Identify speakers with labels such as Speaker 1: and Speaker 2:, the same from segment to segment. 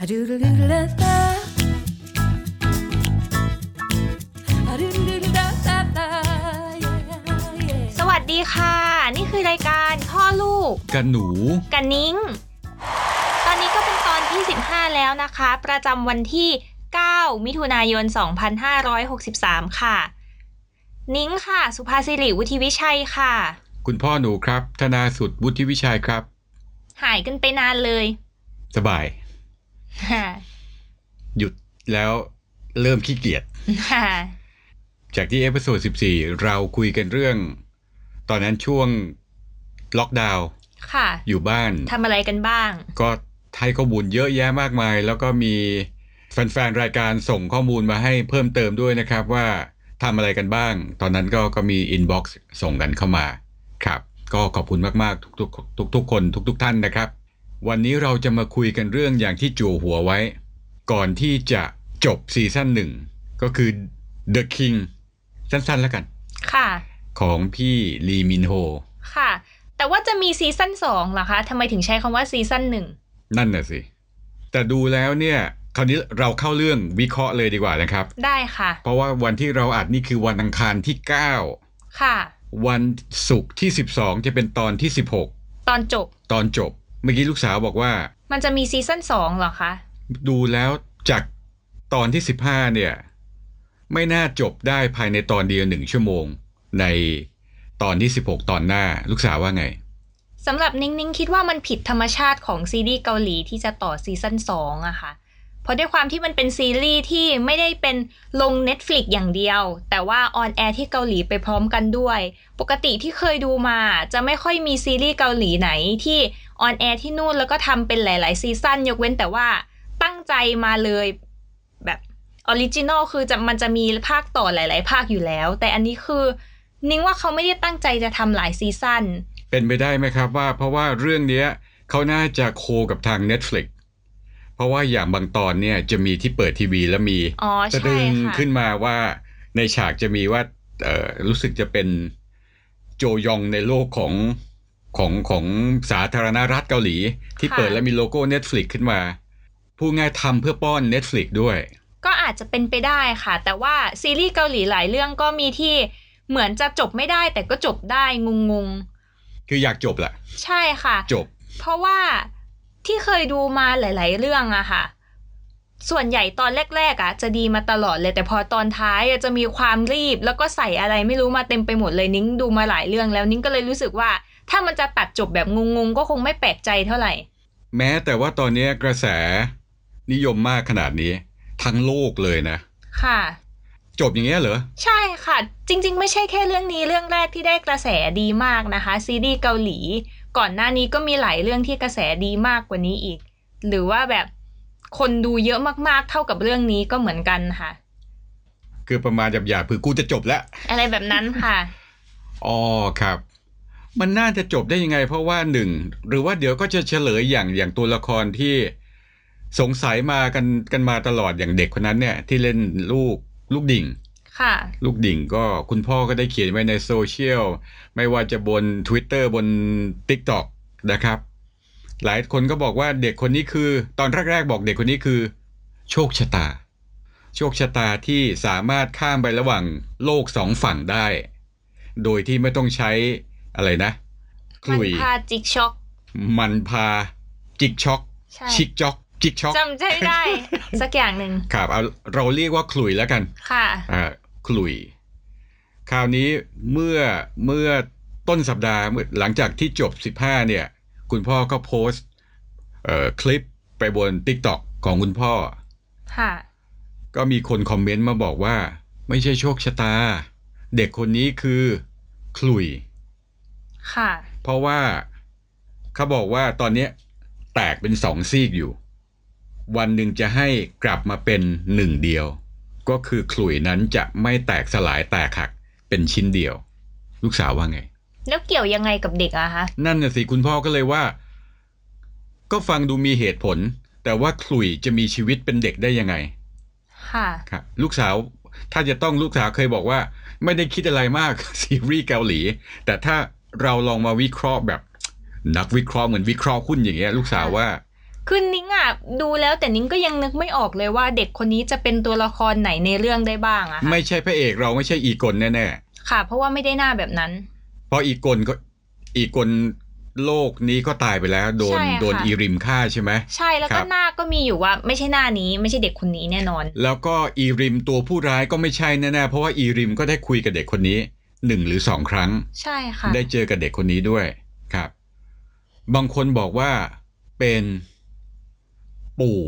Speaker 1: A doodle-doodle da. A doodle-doodle da da da. Yeah, yeah.
Speaker 2: สวัสดีค่ะ นี่คือรายการพ่อลูก
Speaker 3: กันหนู
Speaker 2: กันนิ้ง ตอนนี้ก็เป็นตอนที่ 15 แล้วนะคะ ประจำวันที่ 9 มิถุนายน 2563 ค่ะ นิ้งค่ะ สุภาสิริวุฒิวิชัยค่ะ
Speaker 3: คุณพ่อหนูครับ ธนาสุดวุฒิวิชัยครับ
Speaker 2: หายกันไปนานเลย
Speaker 3: สบาย หยุดแล้วเริ่มขี้เกียจ จากที่เอพิโซด14 เราคุยกันเรื่อง ตอนนั้นช่วงล็อกดาวน์
Speaker 2: ค่ะ
Speaker 3: อยู่บ้าน
Speaker 2: ทำอะไรกันบ้าง
Speaker 3: ก็ให้ข้อมูลเยอะแยะมากมาย แล้วก็มีแฟนๆ รายการส่งข้อมูลมาให้เพิ่มเติมด้วยนะครับว่าทำอะไรกันบ้าง ตอนนั้นก็ก็มีอินบ็อกซ์ส่งกันเข้ามาครับ ก็ขอบคุณมากๆ ทุกๆทุกๆคนทุก ๆ ท่านนะครับ วันนี้เราจะมาคุยกันเรื่องอย่างที่จั่วหัวไว้ ก่อนที่จะจบซีซั่นหนึ่งก็คือ The King สั้นๆแล้วกัน
Speaker 2: ค่ะ
Speaker 3: ของพี่ลีมินโฮ
Speaker 2: ค่ะ แต่ว่าจะมีซีซั่น2เหรอคะทำไมถึงใช้คำว่าซีซั่น
Speaker 3: นั่นน่ะสิ แต่ดูแล้วเนี่ย คราวนี้เราเข้าเรื่องวิเคราะห์เลยดีกว่านะครับ
Speaker 2: 1 ได้ค่ะ
Speaker 3: เพราะว่าวันที่เราอัดนี่คือวันอังคารที่
Speaker 2: ค่ะ
Speaker 3: 9 วันศุกร์ที่ 12 จะเป็นตอนที่
Speaker 2: ตอนจบ
Speaker 3: 16 ตอนจบ เมื่อกี้ลูกสาวบอกว่า
Speaker 2: มันจะมีซีซั่นสองเหรอคะ
Speaker 3: ดูแล้วจากตอนที่ 15 เนี่ย ไม่น่าจบได้ภายในตอนเดียวหนึ่งชั่วโมง ในตอนที่ 16 ตอนหน้าลูกสาวว่าไง
Speaker 2: สำหรับนิ้งนิ้งคิดว่ามันผิดธรรมชาติของซีรีส์เกาหลีที่จะต่อซีซั่นสองอะค่ะ เพราะด้วยความที่มันเป็นซีรีส์ที่ไม่ได้เป็นลง Netflix อย่างเดียว แต่ว่าออนแอร์ที่เกาหลีไปพร้อมกันด้วย ปกติที่เคยดูมาจะไม่ค่อยมีซีรีส์เกาหลีไหนที่ออนแอร์ที่นู่นแล้วก็ทำเป็นหลายๆซีซั่นยกเว้นแต่ว่าตั้งใจมาเลยแบบออริจินอลคือจะมันจะมีภาคต่อหลาย ๆ ภาคอยู่แล้ว แต่อันนี้คือ นิ้งว่าเขาไม่ได้ตั้งใจจะทำหลายซีซั่น
Speaker 3: เป็นไปได้ไหมครับว่าเพราะว่าเรื่องเนี้ยเขาน่าจะโคกับทาง Netflix เพราะว่าอย่างบางตอนเนี่ยจะมีที่เปิดทีวีแล้วมี
Speaker 2: อ๋อ
Speaker 3: สะ
Speaker 2: ใช่
Speaker 3: ดึง
Speaker 2: ค่ะ
Speaker 3: ขึ้นมาว่าในฉากจะมีว่าเอ่อรู้สึกจะเป็นโจยองในโลกของของของสาธารณรัฐเกาหลี ที่
Speaker 2: ค่ะ
Speaker 3: เปิดแล้วมีโลโก้ Netflix ขึ้นมาผู้ง่ายทำเพื่อป้อน Netflix ด้วย
Speaker 2: ก็อาจจะเป็นไปได้ค่ะ แต่ว่าซีรีส์เกาหลีหลายเรื่องก็มีที่เหมือนจะจบไม่ได้ แต่ก็จบได้งงง
Speaker 3: คืออยากจบแหละ
Speaker 2: ๆใช่ค่ะ
Speaker 3: จบ
Speaker 2: เพราะว่าที่เคยดูมาหลาย ๆ เรื่องอะค่ะ ส่วนใหญ่ตอนแรก ๆอะจะดีมาตลอดเลย แต่พอตอนท้ายอะจะมีความรีบ แล้วก็ใส่อะไรไม่รู้มาเต็มไปหมดเลยนิ้งดูมาหลายเรื่องแล้วนิ้งก็เลยรู้สึกว่า ถ้ามันจะตัดจบแบบงงๆ ก็คงไม่แปลกใจเท่าไหร่
Speaker 3: แม้แต่ว่าตอนเนี้ยกระแสนิยมมากขนาดนี้ทั้งโลกเลยนะ
Speaker 2: ค่ะ
Speaker 3: จบอย่างเงี้ยเหรอ
Speaker 2: ใช่ค่ะ จริงๆ ไม่ใช่แค่เรื่องนี้เรื่องแรกที่ได้กระแสดีมากนะคะ ซีรีส์เกาหลี ก่อนหน้านี้ก็มีหลายเรื่องที่กระแสดีมากกว่านี้อีก หรือว่าแบบคนดูเยอะมากๆ เท่ากับเรื่องนี้ก็เหมือนกันค่ะ
Speaker 3: คือประมาณหยาบๆคือกูจะจบแล้ว
Speaker 2: อะไรแบบนั้นค่ะ
Speaker 3: อ๋อครับ มันน่าจะจบได้ยังไง เพราะว่าหนึ่ง หรือว่าเดี๋ยวก็จะเฉลยอย่างอย่างตัวละครที่สงสัยมากันกันมาตลอดอย่างเด็กคนนั้นเนี่ย ที่เล่นลูกลูกดิ่ง
Speaker 2: ค่ะ
Speaker 3: ลูกดิ่งก็คุณพ่อก็ได้เขียนไว้ในโซเชียล ไม่ว่าจะบน Twitter บน TikTok นะครับ หลายคนก็บอกว่าเด็กคนนี้คือ ตอนแรกๆ บอกเด็กคนนี้คือ โชคชะตา โชคชะตาที่สามารถข้ามไประหว่างโลกสองฝั่งได้ โดยที่ไม่ต้องใช้อะไรนะก
Speaker 2: มัน
Speaker 3: ลุย
Speaker 2: พาจิกช็อก
Speaker 3: มันพาจิกช็อก
Speaker 2: ใช่
Speaker 3: ชิกจ็อก จิกช็อก
Speaker 2: จำใจไม่ ได้ สักอย่างหนึ่ง
Speaker 3: ครับเอาเราเรียกว่าขลุยแล้วกัน
Speaker 2: ค่ะ
Speaker 3: อ่าขลุย คราวนี้เมื่อเมื่อต้นสัปดาห์เมื่อหลังจากที่จบ 15 เนี่ย คุณพ่อก็โพสต์เอ่อคลิปไปบน TikTok ของคุณพ่อ
Speaker 2: ค่ะ
Speaker 3: ก็มีคนคอมเมนต์มาบอกว่า ไม่ใช่โชคชะตา เด็กคนนี้คือขลุย
Speaker 2: ค่ะ
Speaker 3: เพราะว่าเขาบอกว่าตอนเนี้ยแตกเป็นสองซีกอยู่ วันหนึ่งจะให้กลับมาเป็นหนึ่งเดียว ก็คือขลุ่ยนั้นจะไม่แตกสลายแตกหักเป็นชิ้นเดียว ลูกสาวว่าไง
Speaker 2: แล้วเกี่ยวยังไงกับเด็กอะคะ
Speaker 3: นั่นน่ะสิคุณพ่อก็เลยว่า ก็ฟังดูมีเหตุผล แต่ว่าขลุ่ยจะมีชีวิตเป็นเด็กได้ยังไง
Speaker 2: ค่ะ
Speaker 3: ครับลูกสาวถ้าจะต้องลูกสาวเคยบอกว่า ไม่ได้คิดอะไรมาก ซีรีส์เกาหลี แต่ถ้าเราลองมาวิเคราะห์แบบ นักวิเคราะห์เหมือนวิเคราะห์หุ้นอย่างเงี้ย ลูกสาวว่า
Speaker 2: คือนิ้งอ่ะดูแล้วแต่นิ้งก็ยังนึกไม่ออกเลยว่าเด็กคนนี้จะเป็นตัวละครไหนในเรื่องได้บ้างอะค่ะ
Speaker 3: ไม่ใช่พระเอกเราไม่ใช่อีกลแน่
Speaker 2: ค่ะ เพราะว่าไม่ได้หน้าแบบนั้น
Speaker 3: ๆเพราะอีกลก็อีกลโลกนี้ก็ตายไปแล้ว โดน
Speaker 2: ใช่ค่ะ
Speaker 3: โดนอีริมฆ่าใช่ไหม
Speaker 2: ใช่แล้ว
Speaker 3: ครั
Speaker 2: ก็
Speaker 3: บ
Speaker 2: หน้าก็มีอยู่ว่า ไม่ใช่หน้านี้ไม่ใช่เด็กคนนี้แน่นอน
Speaker 3: แล้วก็อีริมตัวผู้ร้ายก็ไม่ใช่แน่ๆเพราะว่าอีริมก็ได้คุยกับเด็กคนนี้หนึ่งหรือสองครั้ง
Speaker 2: ใช่ค่ะ
Speaker 3: ได้เจอกับเด็กคนนี้ด้วยครับ บางคนบอกว่าเป็นปู่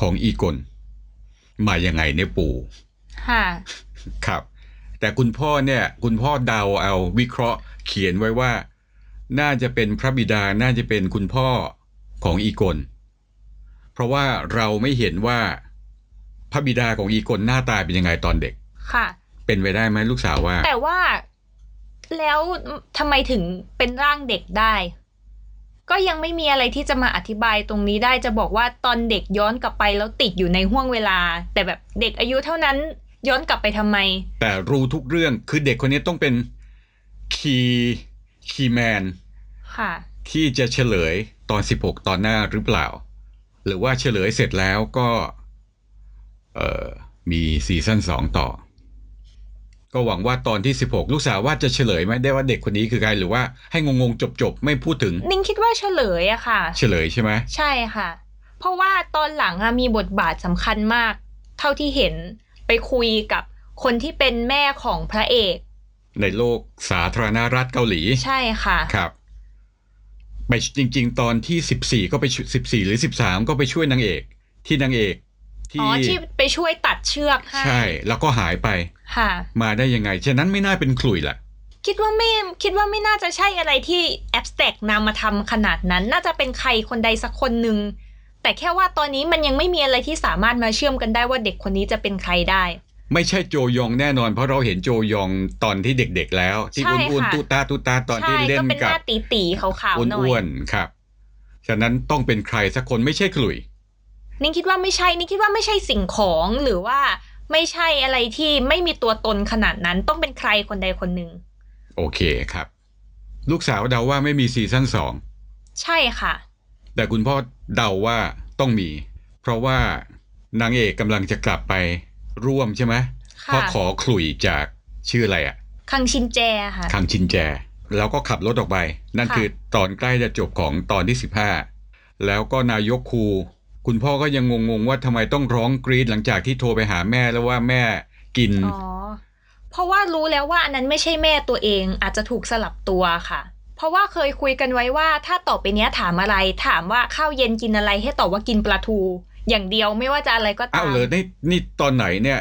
Speaker 3: ของอีกลมายังไงเนี่ยปู่
Speaker 2: ค่ะ
Speaker 3: ครับ แต่คุณพ่อเนี่ย คุณพ่อเดาเอาวิเคราะห์เขียนไว้ว่า น่าจะเป็นพระบิดาน่าจะเป็นคุณพ่อของอีกลเพราะว่าเราไม่เห็นว่าพระบิดาของอีกลหน้าตาเป็นยังไงตอนเด็ก
Speaker 2: ค่ะ
Speaker 3: เป็นไปได้ไหมลูกสาวว่า
Speaker 2: แต่ว่าแล้วทำไมถึงเป็นร่างเด็กได้ ก็ยังไม่มีอะไรที่จะมาอธิบายตรงนี้ได้จะบอกว่าตอนเด็กย้อนกลับไปแล้วติดอยู่ในห่วงเวลา แต่แบบเด็กอายุเท่านั้นย้อนกลับไปทำไม
Speaker 3: แต่รู้ทุกเรื่องคือเด็กคนนี้ต้องเป็นคีคีแมน
Speaker 2: ค่ะ
Speaker 3: ที่จะเฉลยตอน 16 ตอนหน้าหรือเปล่า หรือว่าเฉลยเสร็จแล้วก็เอ่อมีซีซั่น2 ต่อ ก็หวังว่าตอนที่ 16 ลูกสาวว่าจะเฉลยไหมได้ว่าเด็กคนนี้คือใครหรือว่าให้งงๆ จบๆ ไม่พูดถึง
Speaker 2: นิ่งคิดว่าเฉลยอะค่ะ
Speaker 3: เฉลยใช่ไหม
Speaker 2: ใช่ค่ะ เพราะว่าตอนหลังอะมีบทบาทสำคัญมาก เท่าที่เห็นไปคุยกับคนที่เป็นแม่ของพระเอก
Speaker 3: ในโลกสาธารณรัฐเกาหลี
Speaker 2: ใช่ค่ะ
Speaker 3: ครับไปจริง ๆ ตอนที่สิบสี่14 ก็ไปสิบสี่หรือสิบสามก็ไปช่วยนางเอก ที่นางเอกที่
Speaker 2: อ๋อที่ไปช่วยตัดเชือกให้
Speaker 3: ใช่แล้วก็หายไป
Speaker 2: ค่ะ
Speaker 3: มาได้ยังไง ฉะนั้นไม่น่าเป็นขลุ่ยล่ะ
Speaker 2: คิดว่าไม่คิดว่าไม่น่าจะใช่อะไรที่แอ s สแต็กนำมาทำขนาดนั้น น่าจะเป็นใครคนใดสักคนหนึ่งแต่แค่ว่าตอนนี้มันยังไม่มีอะไรที่สามารถมาเชื่อมกันได้ว่าเด็กคนนี้จะเป็นใครได้
Speaker 3: ไม่ใช่โจยองแน่นอน เพราะเราเห็นโจยองตอนที่เด็กๆแล้ว ที่
Speaker 2: ใช่ค่ะ
Speaker 3: อ้วนๆตู้ตาตู้ตาตอนที่
Speaker 2: ใช่
Speaker 3: เล่
Speaker 2: ก็
Speaker 3: น
Speaker 2: เป็นห
Speaker 3: กับ
Speaker 2: น้าตีตีๆขาวๆหน่อ
Speaker 3: อ้วย นๆครับ ฉะนั้นต้องเป็นใครสักคนไม่ใช่ขลุ่ย
Speaker 2: นิ่งคิดว่าไม่ใช่ นิ่งคิดว่าไม่ใช่สิ่งของหรือว่าไม่ใช่อะไรที่ไม่มีตัวตนขนาดนั้นต้องเป็นใครคนใดคนหนึ่ง
Speaker 3: โอเคครับ ลูกสาวเดาว่าไม่มีซีซั่นสอง
Speaker 2: ใช่ค่ะ
Speaker 3: แต่คุณพ่อเดาว่าต้องมี เพราะว่านางเอกกำลังจะกลับไปร่วมใช่ไหม
Speaker 2: ค่ะ
Speaker 3: เพราะขอขลุ่ยจากชื่ออะไรอะ
Speaker 2: คังชินแจค่ะ
Speaker 3: คังชินแจ แล้วก็ขับรถออกไป นั่น
Speaker 2: ค่ะ
Speaker 3: คือตอนใกล้จะจบของตอนที่ 15 แล้วก็นายกครู คุณพ่อก็ยังงงๆว่าทำไมต้องร้องกรีดหลังจากที่โทรไปหาแม่แล้วว่าแม่กิน
Speaker 2: อ๋อ เพราะว่ารู้แล้วว่าอันนั้นไม่ใช่แม่ตัวเองอาจจะถูกสลับตัวค่ะ เพราะว่าเคยคุยกันไว้ว่า ถ้าต่อไปเนี้ยถามอะไร ถามว่าข้าวเย็นกินอะไรให้ตอบว่ากินปลาทู อย่างเดียวไม่ว่าจะอะไรก็
Speaker 3: อ้า
Speaker 2: ตาว ม
Speaker 3: เลยนี่นี่ตอนไหนเนี่ย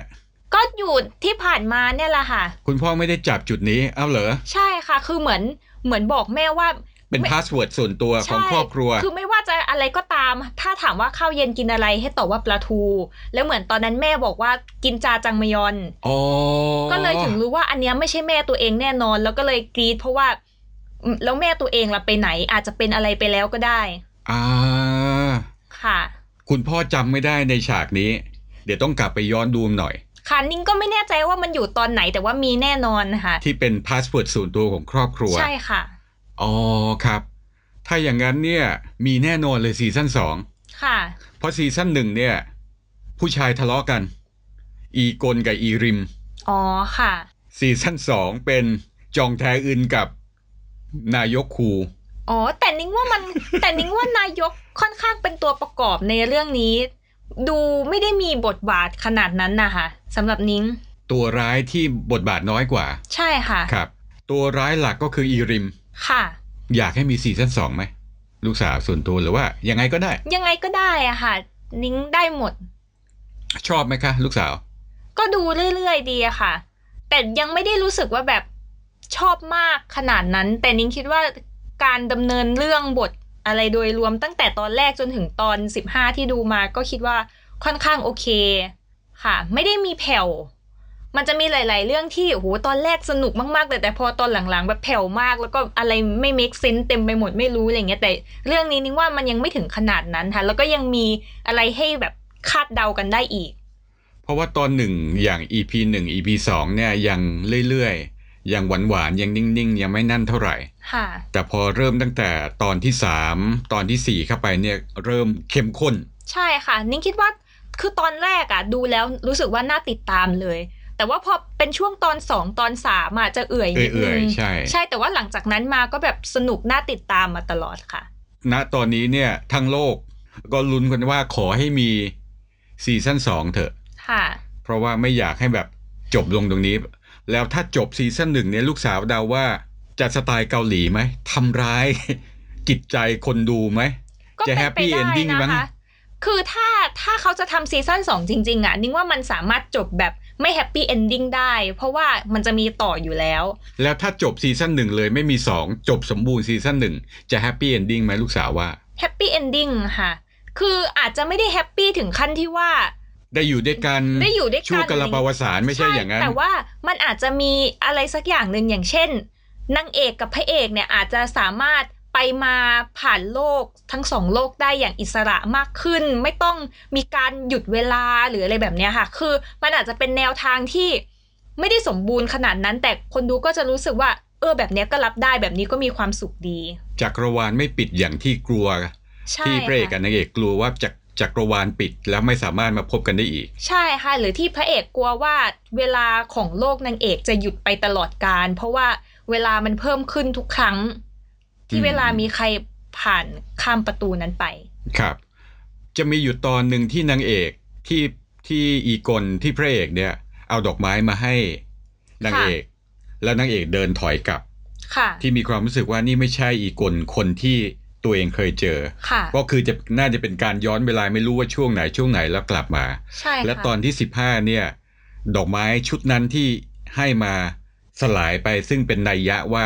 Speaker 2: ก็อยู่ที่ผ่านมาเนี่ยแหละค่ะ
Speaker 3: คุณพ่อไม่ได้จับจุดนี้อ้าวเหรอ
Speaker 2: ใช่ค่ะ คือเหมือนเหมือนบอกแม่ว่า
Speaker 3: เป็นพาสเวิร์ดส่วนตัวของครอบครัว
Speaker 2: ใช่คือไม่ว่าจะอะไรก็ตาม ถ้าถามว่าข้าวเย็นกินอะไรให้ตอบว่าปลาทู แล้วเหมือนตอนนั้นแม่บอกว่ากินจาจังมยอน
Speaker 3: อ๋อ
Speaker 2: ก็เลยถึงรู้ว่าอันเนี้ยไม่ใช่แม่ตัวเองแน่นอน แล้วก็เลยกรีดเพราะว่าอืมแล้วแม่ตัวเองล่ะไปไหน อาจจะเป็นอะไรไปแล้วก็ได้
Speaker 3: อ่า
Speaker 2: ค่ะ
Speaker 3: คุณพ่อจำไม่ได้ในฉากนี้ เดี๋ยวต้องกลับไปย้อนดูหน่อย
Speaker 2: ค่ะนิ้งก็ไม่แน่ใจว่ามันอยู่ตอนไหนแต่ว่ามีแน่นอนนะคะ
Speaker 3: ที่เป็นพาสเวิร์ดส่วนตัวของครอบครัว
Speaker 2: ใช่ค่ะ
Speaker 3: อ๋อครับ ถ้าอย่างนั้นเนี่ยมีแน่นอนเลยซีซั่นสอง
Speaker 2: ค่ะ
Speaker 3: เพราะซีซั่นหนึ่งเนี่ย ผู้ชายทะเลาะกัน อีกลกับอีริม
Speaker 2: อ๋อค่ะ
Speaker 3: ซีซั่นสองเป็นจองแทอึนกับนายกครู
Speaker 2: อ๋อแต่นิ้งว่ามัน แต่นิ้งว่านายกค่อนข้างเป็นตัวประกอบในเรื่องนี้ ดูไม่ได้มีบทบาทขนาดนั้นนะคะสำหรับนิ้ง
Speaker 3: ตัวร้ายที่บทบาทน้อยกว่า
Speaker 2: ใช่ค่ะ
Speaker 3: ครับ ตัวร้ายหลักก็คืออีริม
Speaker 2: ค่ะ
Speaker 3: อยากให้มีซีซั่นสองไหมลูกสาวส่วนตัวหรือว่ายังไงก็ได้
Speaker 2: ยังไงก็ได้อะค่ะ นิ้งได้หมด
Speaker 3: ชอบไหมคะ ลูกสาว
Speaker 2: ก็ดูเรื่อยๆดีอะค่ะ แต่ยังไม่ได้รู้สึกว่าแบบชอบมากขนาดนั้น แต่นิ้งคิดว่าการดำเนินเรื่องบทอะไรโดยรวมตั้งแต่ตอนแรกจนถึงตอน 15 ที่ดูมาก็คิดว่าค่อนข้างโอเคค่ะ ไม่ได้มีแผ่ว มันจะมีหลาย ๆ เรื่องที่โอ้โหตอนแรกสนุกมากๆเลยแต่พอตอนหลังๆ แบบแผ่วมาก แล้วก็อะไรไม่ make sense เต็มไปหมดไม่รู้อะไรเงี้ยแต่เรื่องนี้นิ้งว่ามันยังไม่ถึงขนาดนั้นค่ะ แล้วก็ยังมีอะไรให้แบบคาดเดากันได้อีก
Speaker 3: เพราะว่าตอนหนึ่งอย่าง EP หนึ่ง EP สองเนี่ยยังเรื่อย ยังหวานหวานๆยังนิ่งๆ ยังไม่นั่นเท่าไหร่
Speaker 2: ค่ะ
Speaker 3: แต่พอเริ่มตั้งแต่ตอนที่ 3 ตอนทีสี่ 4 เข้าไปเนี่ยเริ่มเข้มข้น
Speaker 2: ใช่ค่ะ นิ้งคิดว่าคือตอนแรกอะดูแล้วรู้สึกว่าน่าติดตามเลย แต่ว่าพอเป็นช่วงตอนสองตอนสามอะจะเอื่อยนิด
Speaker 3: เอื่
Speaker 2: นึ
Speaker 3: อย
Speaker 2: ง
Speaker 3: ๆใช่
Speaker 2: ใช่แต่ว่าหลังจากนั้นมาก็แบบสนุกน่าติดตามมาตลอดค่ะ
Speaker 3: ณตอนนี้เนี่ยทั้งโลกก็ลุ้นกันว่าขอให้มีซีซั่น2เถอะ
Speaker 2: ค่ะ
Speaker 3: เพราะว่าไม่อยากให้แบบจบลงตรงนี้ แล้วถ้าจบซีซั่นหนึ่งเนี่ยลูกสาวเดาว่าจะสไตล์เกาหลีไหมทำร้าย จิตใจคนดูไหม
Speaker 2: ก็
Speaker 3: จะ
Speaker 2: เป็นไป
Speaker 3: happy
Speaker 2: ได้
Speaker 3: ending มั้
Speaker 2: นะ
Speaker 3: ง
Speaker 2: คะ คือถ้าถ้าเขาจะทำซีซั่น2 จริง ๆ อ่ะ นิ้งว่ามันสามารถจบแบบไม่แฮปปี้เอนดิ้งได้ เพราะว่ามันจะมีต่ออยู่แล้ว
Speaker 3: แล้วถ้าจบซีซั่นหนึ่งเลยไม่มี 2 จบสมบูรณ์ซีซั่นหนึ่งจะแฮปปี้เอนดิ้งไหมลูกสาวว่า
Speaker 2: แฮปปี้เอนดิ้งค่ะ คืออาจจะไม่ได้แฮปปี้ถึงขั้นที่ว่า
Speaker 3: ได้อยู่ด้วยกัน
Speaker 2: ได้อยู่ด้วยกัน
Speaker 3: ชั่วกระปาวสารไม่ใช่อย่างนั้น
Speaker 2: แต่ว่ามันอาจจะมีอะไรสักอย่างหนึ่งอย่างเช่นนางเอกกับพระเอกเนี่ยอาจจะสามารถไปมาผ่านโลกทั้งสองโลกได้อย่างอิสระมากขึ้น ไม่ต้องมีการหยุดเวลาหรืออะไรแบบเนี้ยค่ะ คือมันอาจจะเป็นแนวทางที่ไม่ได้สมบูรณ์ขนาดนั้น แต่คนดูก็จะรู้สึกว่า เออแบบเนี้ยก็รับได้แบบนี้ก็มีความสุขดี
Speaker 3: จักรวาลไม่ปิดอย่างที่กลัว
Speaker 2: ใช่
Speaker 3: ที่พระเอก
Speaker 2: ค่ะ
Speaker 3: กับนางเอกกลัวว่าจักจักรวาลปิดแล้วไม่สามารถมาพบกันได้อีก
Speaker 2: ใช่ค่ะ หรือที่พระเอกกลัวว่าเวลาของโลกนางเอกจะหยุดไปตลอดการ เพราะว่าเวลามันเพิ่มขึ้นทุกครั้ง ที่
Speaker 3: อืม
Speaker 2: เวลามีใครผ่านข้ามประตูนั้นไป
Speaker 3: ครับ จะมีอยู่ตอนหนึ่งที่นางเอกที่ที่อีกลที่พระเอกเนี่ย เอาดอกไม้มาให้นางเอก แล้วนางเอกเดินถอยกลับ
Speaker 2: ค่ะ
Speaker 3: ที่มีความรู้สึกว่านี่ไม่ใช่อีกลคนที่ตัวเองเคยเจอ
Speaker 2: ค่ะ
Speaker 3: ก็คือจะน่าจะเป็นการย้อนเวลาไม่รู้ว่าช่วงไหนช่วงไหนแล้วกลับมา
Speaker 2: ใช่ค่ะ
Speaker 3: และตอนที่ 15เนี่ยดอกไม้ชุดนั้นที่ให้มาสลายไปซึ่งเป็นนัยยะว่า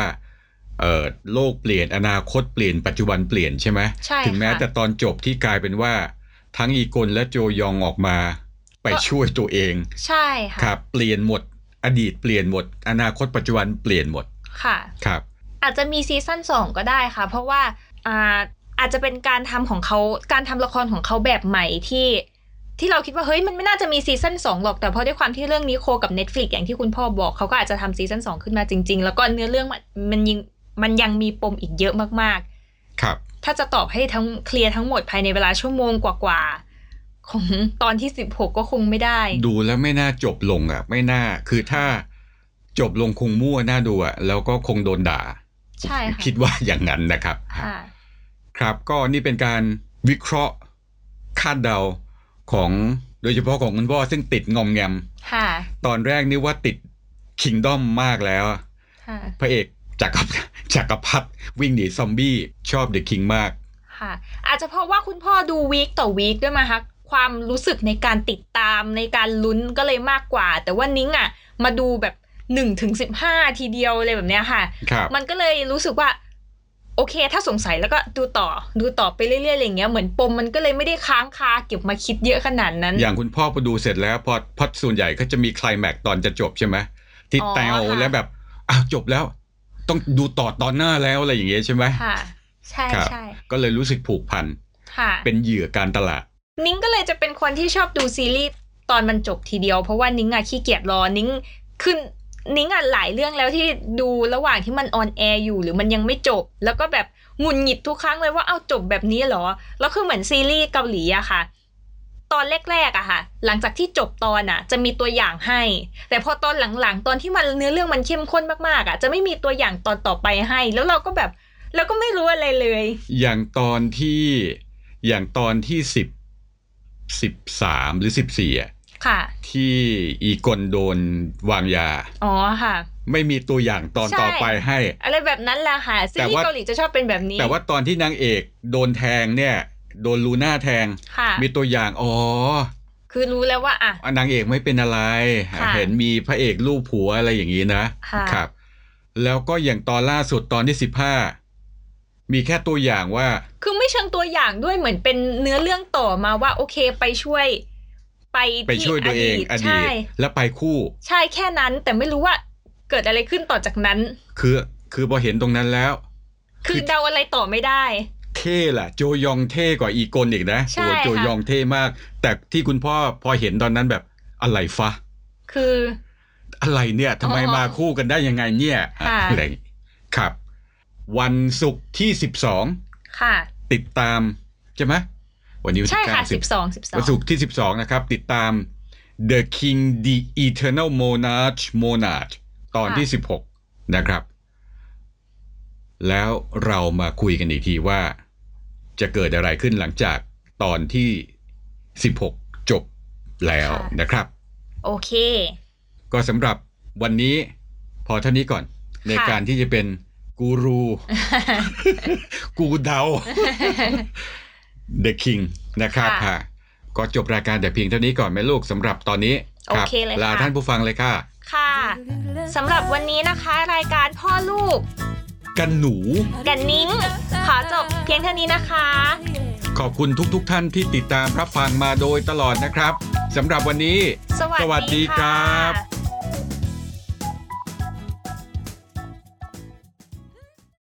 Speaker 3: เออโลกเปลี่ยนอนาคตเปลี่ยนปัจจุบันเปลี่ยนใช่ไหม
Speaker 2: ใช่
Speaker 3: ถึงแม้
Speaker 2: ค่ะ
Speaker 3: แต่ตอนจบที่กลายเป็นว่า ทั้งอีกลและโจยองออกมา ไปช่วยตัวเอง
Speaker 2: ใช่
Speaker 3: ค
Speaker 2: ค่ะ
Speaker 3: รับเปลี่ยนหมดอดีตเปลี่ยนหมด อนาคตปัจจุบันเปลี่ยนหมด
Speaker 2: ค่ะ
Speaker 3: ครับ
Speaker 2: อาจจะมีซีซั่น2 ก็ได้ค่ะ เพราะว่าอ่าอาจจะเป็นการทำของเขาการทำละครของเขาแบบใหม่ที่ ที่เราคิดว่าเฮ้ยมันไม่น่าจะมีซีซั่น2หรอกแต่เพราะด้วยความที่เรื่องนี้โคกับ Netflix อย่างที่คุณพ่อบอกเขาก็อาจจะทำซีซั่น2 ขึ้นมาจริง ๆ แล้วก็เนื้อเรื่องมันมันยังมันยังมีปมอีกเยอะมาก
Speaker 3: ครับ
Speaker 2: ๆ ถ้าจะตอบให้ทั้งเคลียร์ทั้งหมดภายในเวลาชั่วโมงกว่าๆของตอนที่ 16 ก็คงไม่ได้
Speaker 3: ดูแล้วไม่น่าจบลงอ่ะ ไม่น่าคือถ้าจบลงคงมั่วน่าดูอ่ะแล้วก็คงโดนด่า
Speaker 2: ใช่ค่ะ
Speaker 3: คิดว่าอย่างนั้นนะครับ
Speaker 2: ค่ะ
Speaker 3: ครับก็นี่เป็นการวิเคราะห์คาดเดาของโดยเฉพาะของคุณพ่อซึ่งติดงอมแงม
Speaker 2: ค่ะ
Speaker 3: ตอนแรกนี่ว่าติดคิงดอมมากแล้ว
Speaker 2: ค่ะ
Speaker 3: พระเอกจักรพจักรพรรดิวิ่งหนีซอมบี้ชอบเดอะคิงมาก
Speaker 2: ค่ะอาจจะเพราะว่าคุณพ่อดูวีคต่อวีคด้วยมั้งคะความรู้สึกในการติดตามในการลุ้นก็เลยมากกว่า แต่ว่านิ้งอะมาดูแบบ1นถึงสิทีเดียวเลยแบบเนี้ยค่ะ
Speaker 3: ครับ
Speaker 2: มันก็เลยรู้สึกว่า โอเค ถ้าสงสัยแล้วก็ดูต่อดูต่อไปเรื่อยๆอะไรอย่างเงี้ยเหมือนปมมันก็เลยไม่ได้ค้างคาเก็บมาคิดเยอะขนาดนั้น
Speaker 3: อย่างคุณพ่อพอดูเสร็จแล้ว พอพอดส่วนใหญ่ก็จะมีไคลแม็กซ์ตอนจะจบใช่ไหมที่
Speaker 2: อ๋อ
Speaker 3: แตว
Speaker 2: ค่ะ
Speaker 3: แล้วแบบอ้าวจบแล้ว ต้องดูต่อตอนหน้าแล้วอะไรอย่างเงี้ยใช่ไหม
Speaker 2: ค่ะ ใช่
Speaker 3: ครับ
Speaker 2: ใช่
Speaker 3: ก็เลยรู้สึกผูกพัน
Speaker 2: ค่ะ
Speaker 3: เป็นเหยื่อการตลาด
Speaker 2: นิ้งก็เลยจะเป็นคนที่ชอบดูซีรีส์ตอนมันจบทีเดียว เพราะว่านิ้งอะขี้เกียจรอนิ้งขึ้นนิ้งอะหลายเรื่องแล้วที่ดูระหว่างที่มันออนแอร์อยู่หรือมันยังไม่จบ แล้วก็แบบหงุนหงิดทุกครั้งเลยว่าเอาจบแบบนี้เหรอ แล้วคือเหมือนซีรีส์เกาหลีอะค่ะ ตอนแรกๆอะค่ะ หลังจากที่จบตอนอะจะมีตัวอย่างให้ แต่พอตอนหลังๆ ตอนที่มันเนื้อเรื่องมันเข้มข้นมากๆอะจะไม่มีตัวอย่างตอนต่อไปให้ แล้วเราก็แบบเราก็ไม่รู้อะไรเลย
Speaker 3: อย่างตอนที่อย่างตอนที่สิบสิบสามหรือสิบสี่อ่ะ
Speaker 2: ค่ะ
Speaker 3: ที่อีกลโดนวางยา
Speaker 2: อ๋อค่ะ
Speaker 3: ไม่มีตัวอย่างตอน
Speaker 2: ใช่
Speaker 3: ต่อไปให้
Speaker 2: อะไรแบบนั้นแหละค่ะซี
Speaker 3: แต่
Speaker 2: รีส์
Speaker 3: ว่า
Speaker 2: เกาหลีจะชอบเป็นแบบนี้
Speaker 3: แต่ว่าตอนที่นางเอกโดนแทงเนี่ย โดนลูน่าแทง
Speaker 2: ค่ะ
Speaker 3: มีตัวอย่างอ๋อ
Speaker 2: คือรู้แล้วว่าอ่ะ
Speaker 3: นางเอกไม่เป็นอะไร
Speaker 2: ค่ะ
Speaker 3: เห็นมีพระเอกลูกผัวอะไรอย่างนี้นะ
Speaker 2: ค่ะ
Speaker 3: ครับ แล้วก็อย่างตอนล่าสุดตอนที่สิบห้ามีแค่ตัวอย่างว่า
Speaker 2: คือไม่เชิงตัวอย่างด้วยเหมือนเป็นเนื้อเรื่องต่อมาว่าโอเคไปช่วย ไป
Speaker 3: ไปช่วยตัวเองอดีต
Speaker 2: ใช่
Speaker 3: แล้วไปคู่
Speaker 2: ใช่แค่นั้นแต่ไม่รู้ว่าเกิดอะไรขึ้นต่อจากนั้น
Speaker 3: คือคือพอเห็นตรงนั้นแล้ว คื
Speaker 2: คือ อเดาอะไรต่อไม่ได้
Speaker 3: เท่ล่ะ โจยองเท่กว่าอีกลอีกนะ
Speaker 2: ใช่
Speaker 3: โอ้โห
Speaker 2: ค่ะ
Speaker 3: โจยองเท่มาก แต่ที่คุณพ่อพอเห็นตอนนั้นแบบอะไรฟะ
Speaker 2: คือ
Speaker 3: อะไรเนี่ยทำไม
Speaker 2: อ๋อ
Speaker 3: มาคู่กันได้ยังไงเนี่ย
Speaker 2: ค่ะ
Speaker 3: อะไรครับ วันศุกร์ที่
Speaker 2: ค่ะ
Speaker 3: 12 ติดตามใช่ไหมวันนี้วัน
Speaker 2: ใช่
Speaker 3: ที่
Speaker 2: ค่ะ
Speaker 3: เก้าสิบ
Speaker 2: 12 12
Speaker 3: วันศุกร์ที่ 12 นะครับ ติดตาม The King the Eternal Monarch Monarch ตอนที่ 16 นะครับ แล้วเรามาคุยกันอีกทีว่า จะเกิดอะไรขึ้นหลังจากตอนที่ 16 จบแล้ว
Speaker 2: ค่ะ
Speaker 3: นะครับ
Speaker 2: โอเค
Speaker 3: ก็สำหรับวันนี้พอเท่านี้ก่อน ในการที่จะเป็นกูรู กูเดา The King นะครับ
Speaker 2: ค่ะ
Speaker 3: ค่ะก็จบรายการแต่เพียงเท่านี้ก่อนไหมลูกสำหรับตอนนี้รับ
Speaker 2: โอเคเลย
Speaker 3: ลา
Speaker 2: ค่ะ
Speaker 3: ท่านผู้ฟังเลยค่ะ
Speaker 2: ค่ะ สำหรับวันนี้นะคะ รายการพ่อลูก
Speaker 3: กันหนู
Speaker 2: กันนิ้ง ขอจบเพียงเท่านี้นะคะ
Speaker 3: ขอบคุณทุกๆทท่านที่ติดตามรับฟังมาโดยตลอดนะครับสำหรับวันนี้
Speaker 2: สวัส
Speaker 3: สวัสดี
Speaker 2: ดี
Speaker 3: ครั
Speaker 2: ค่ะ
Speaker 3: บ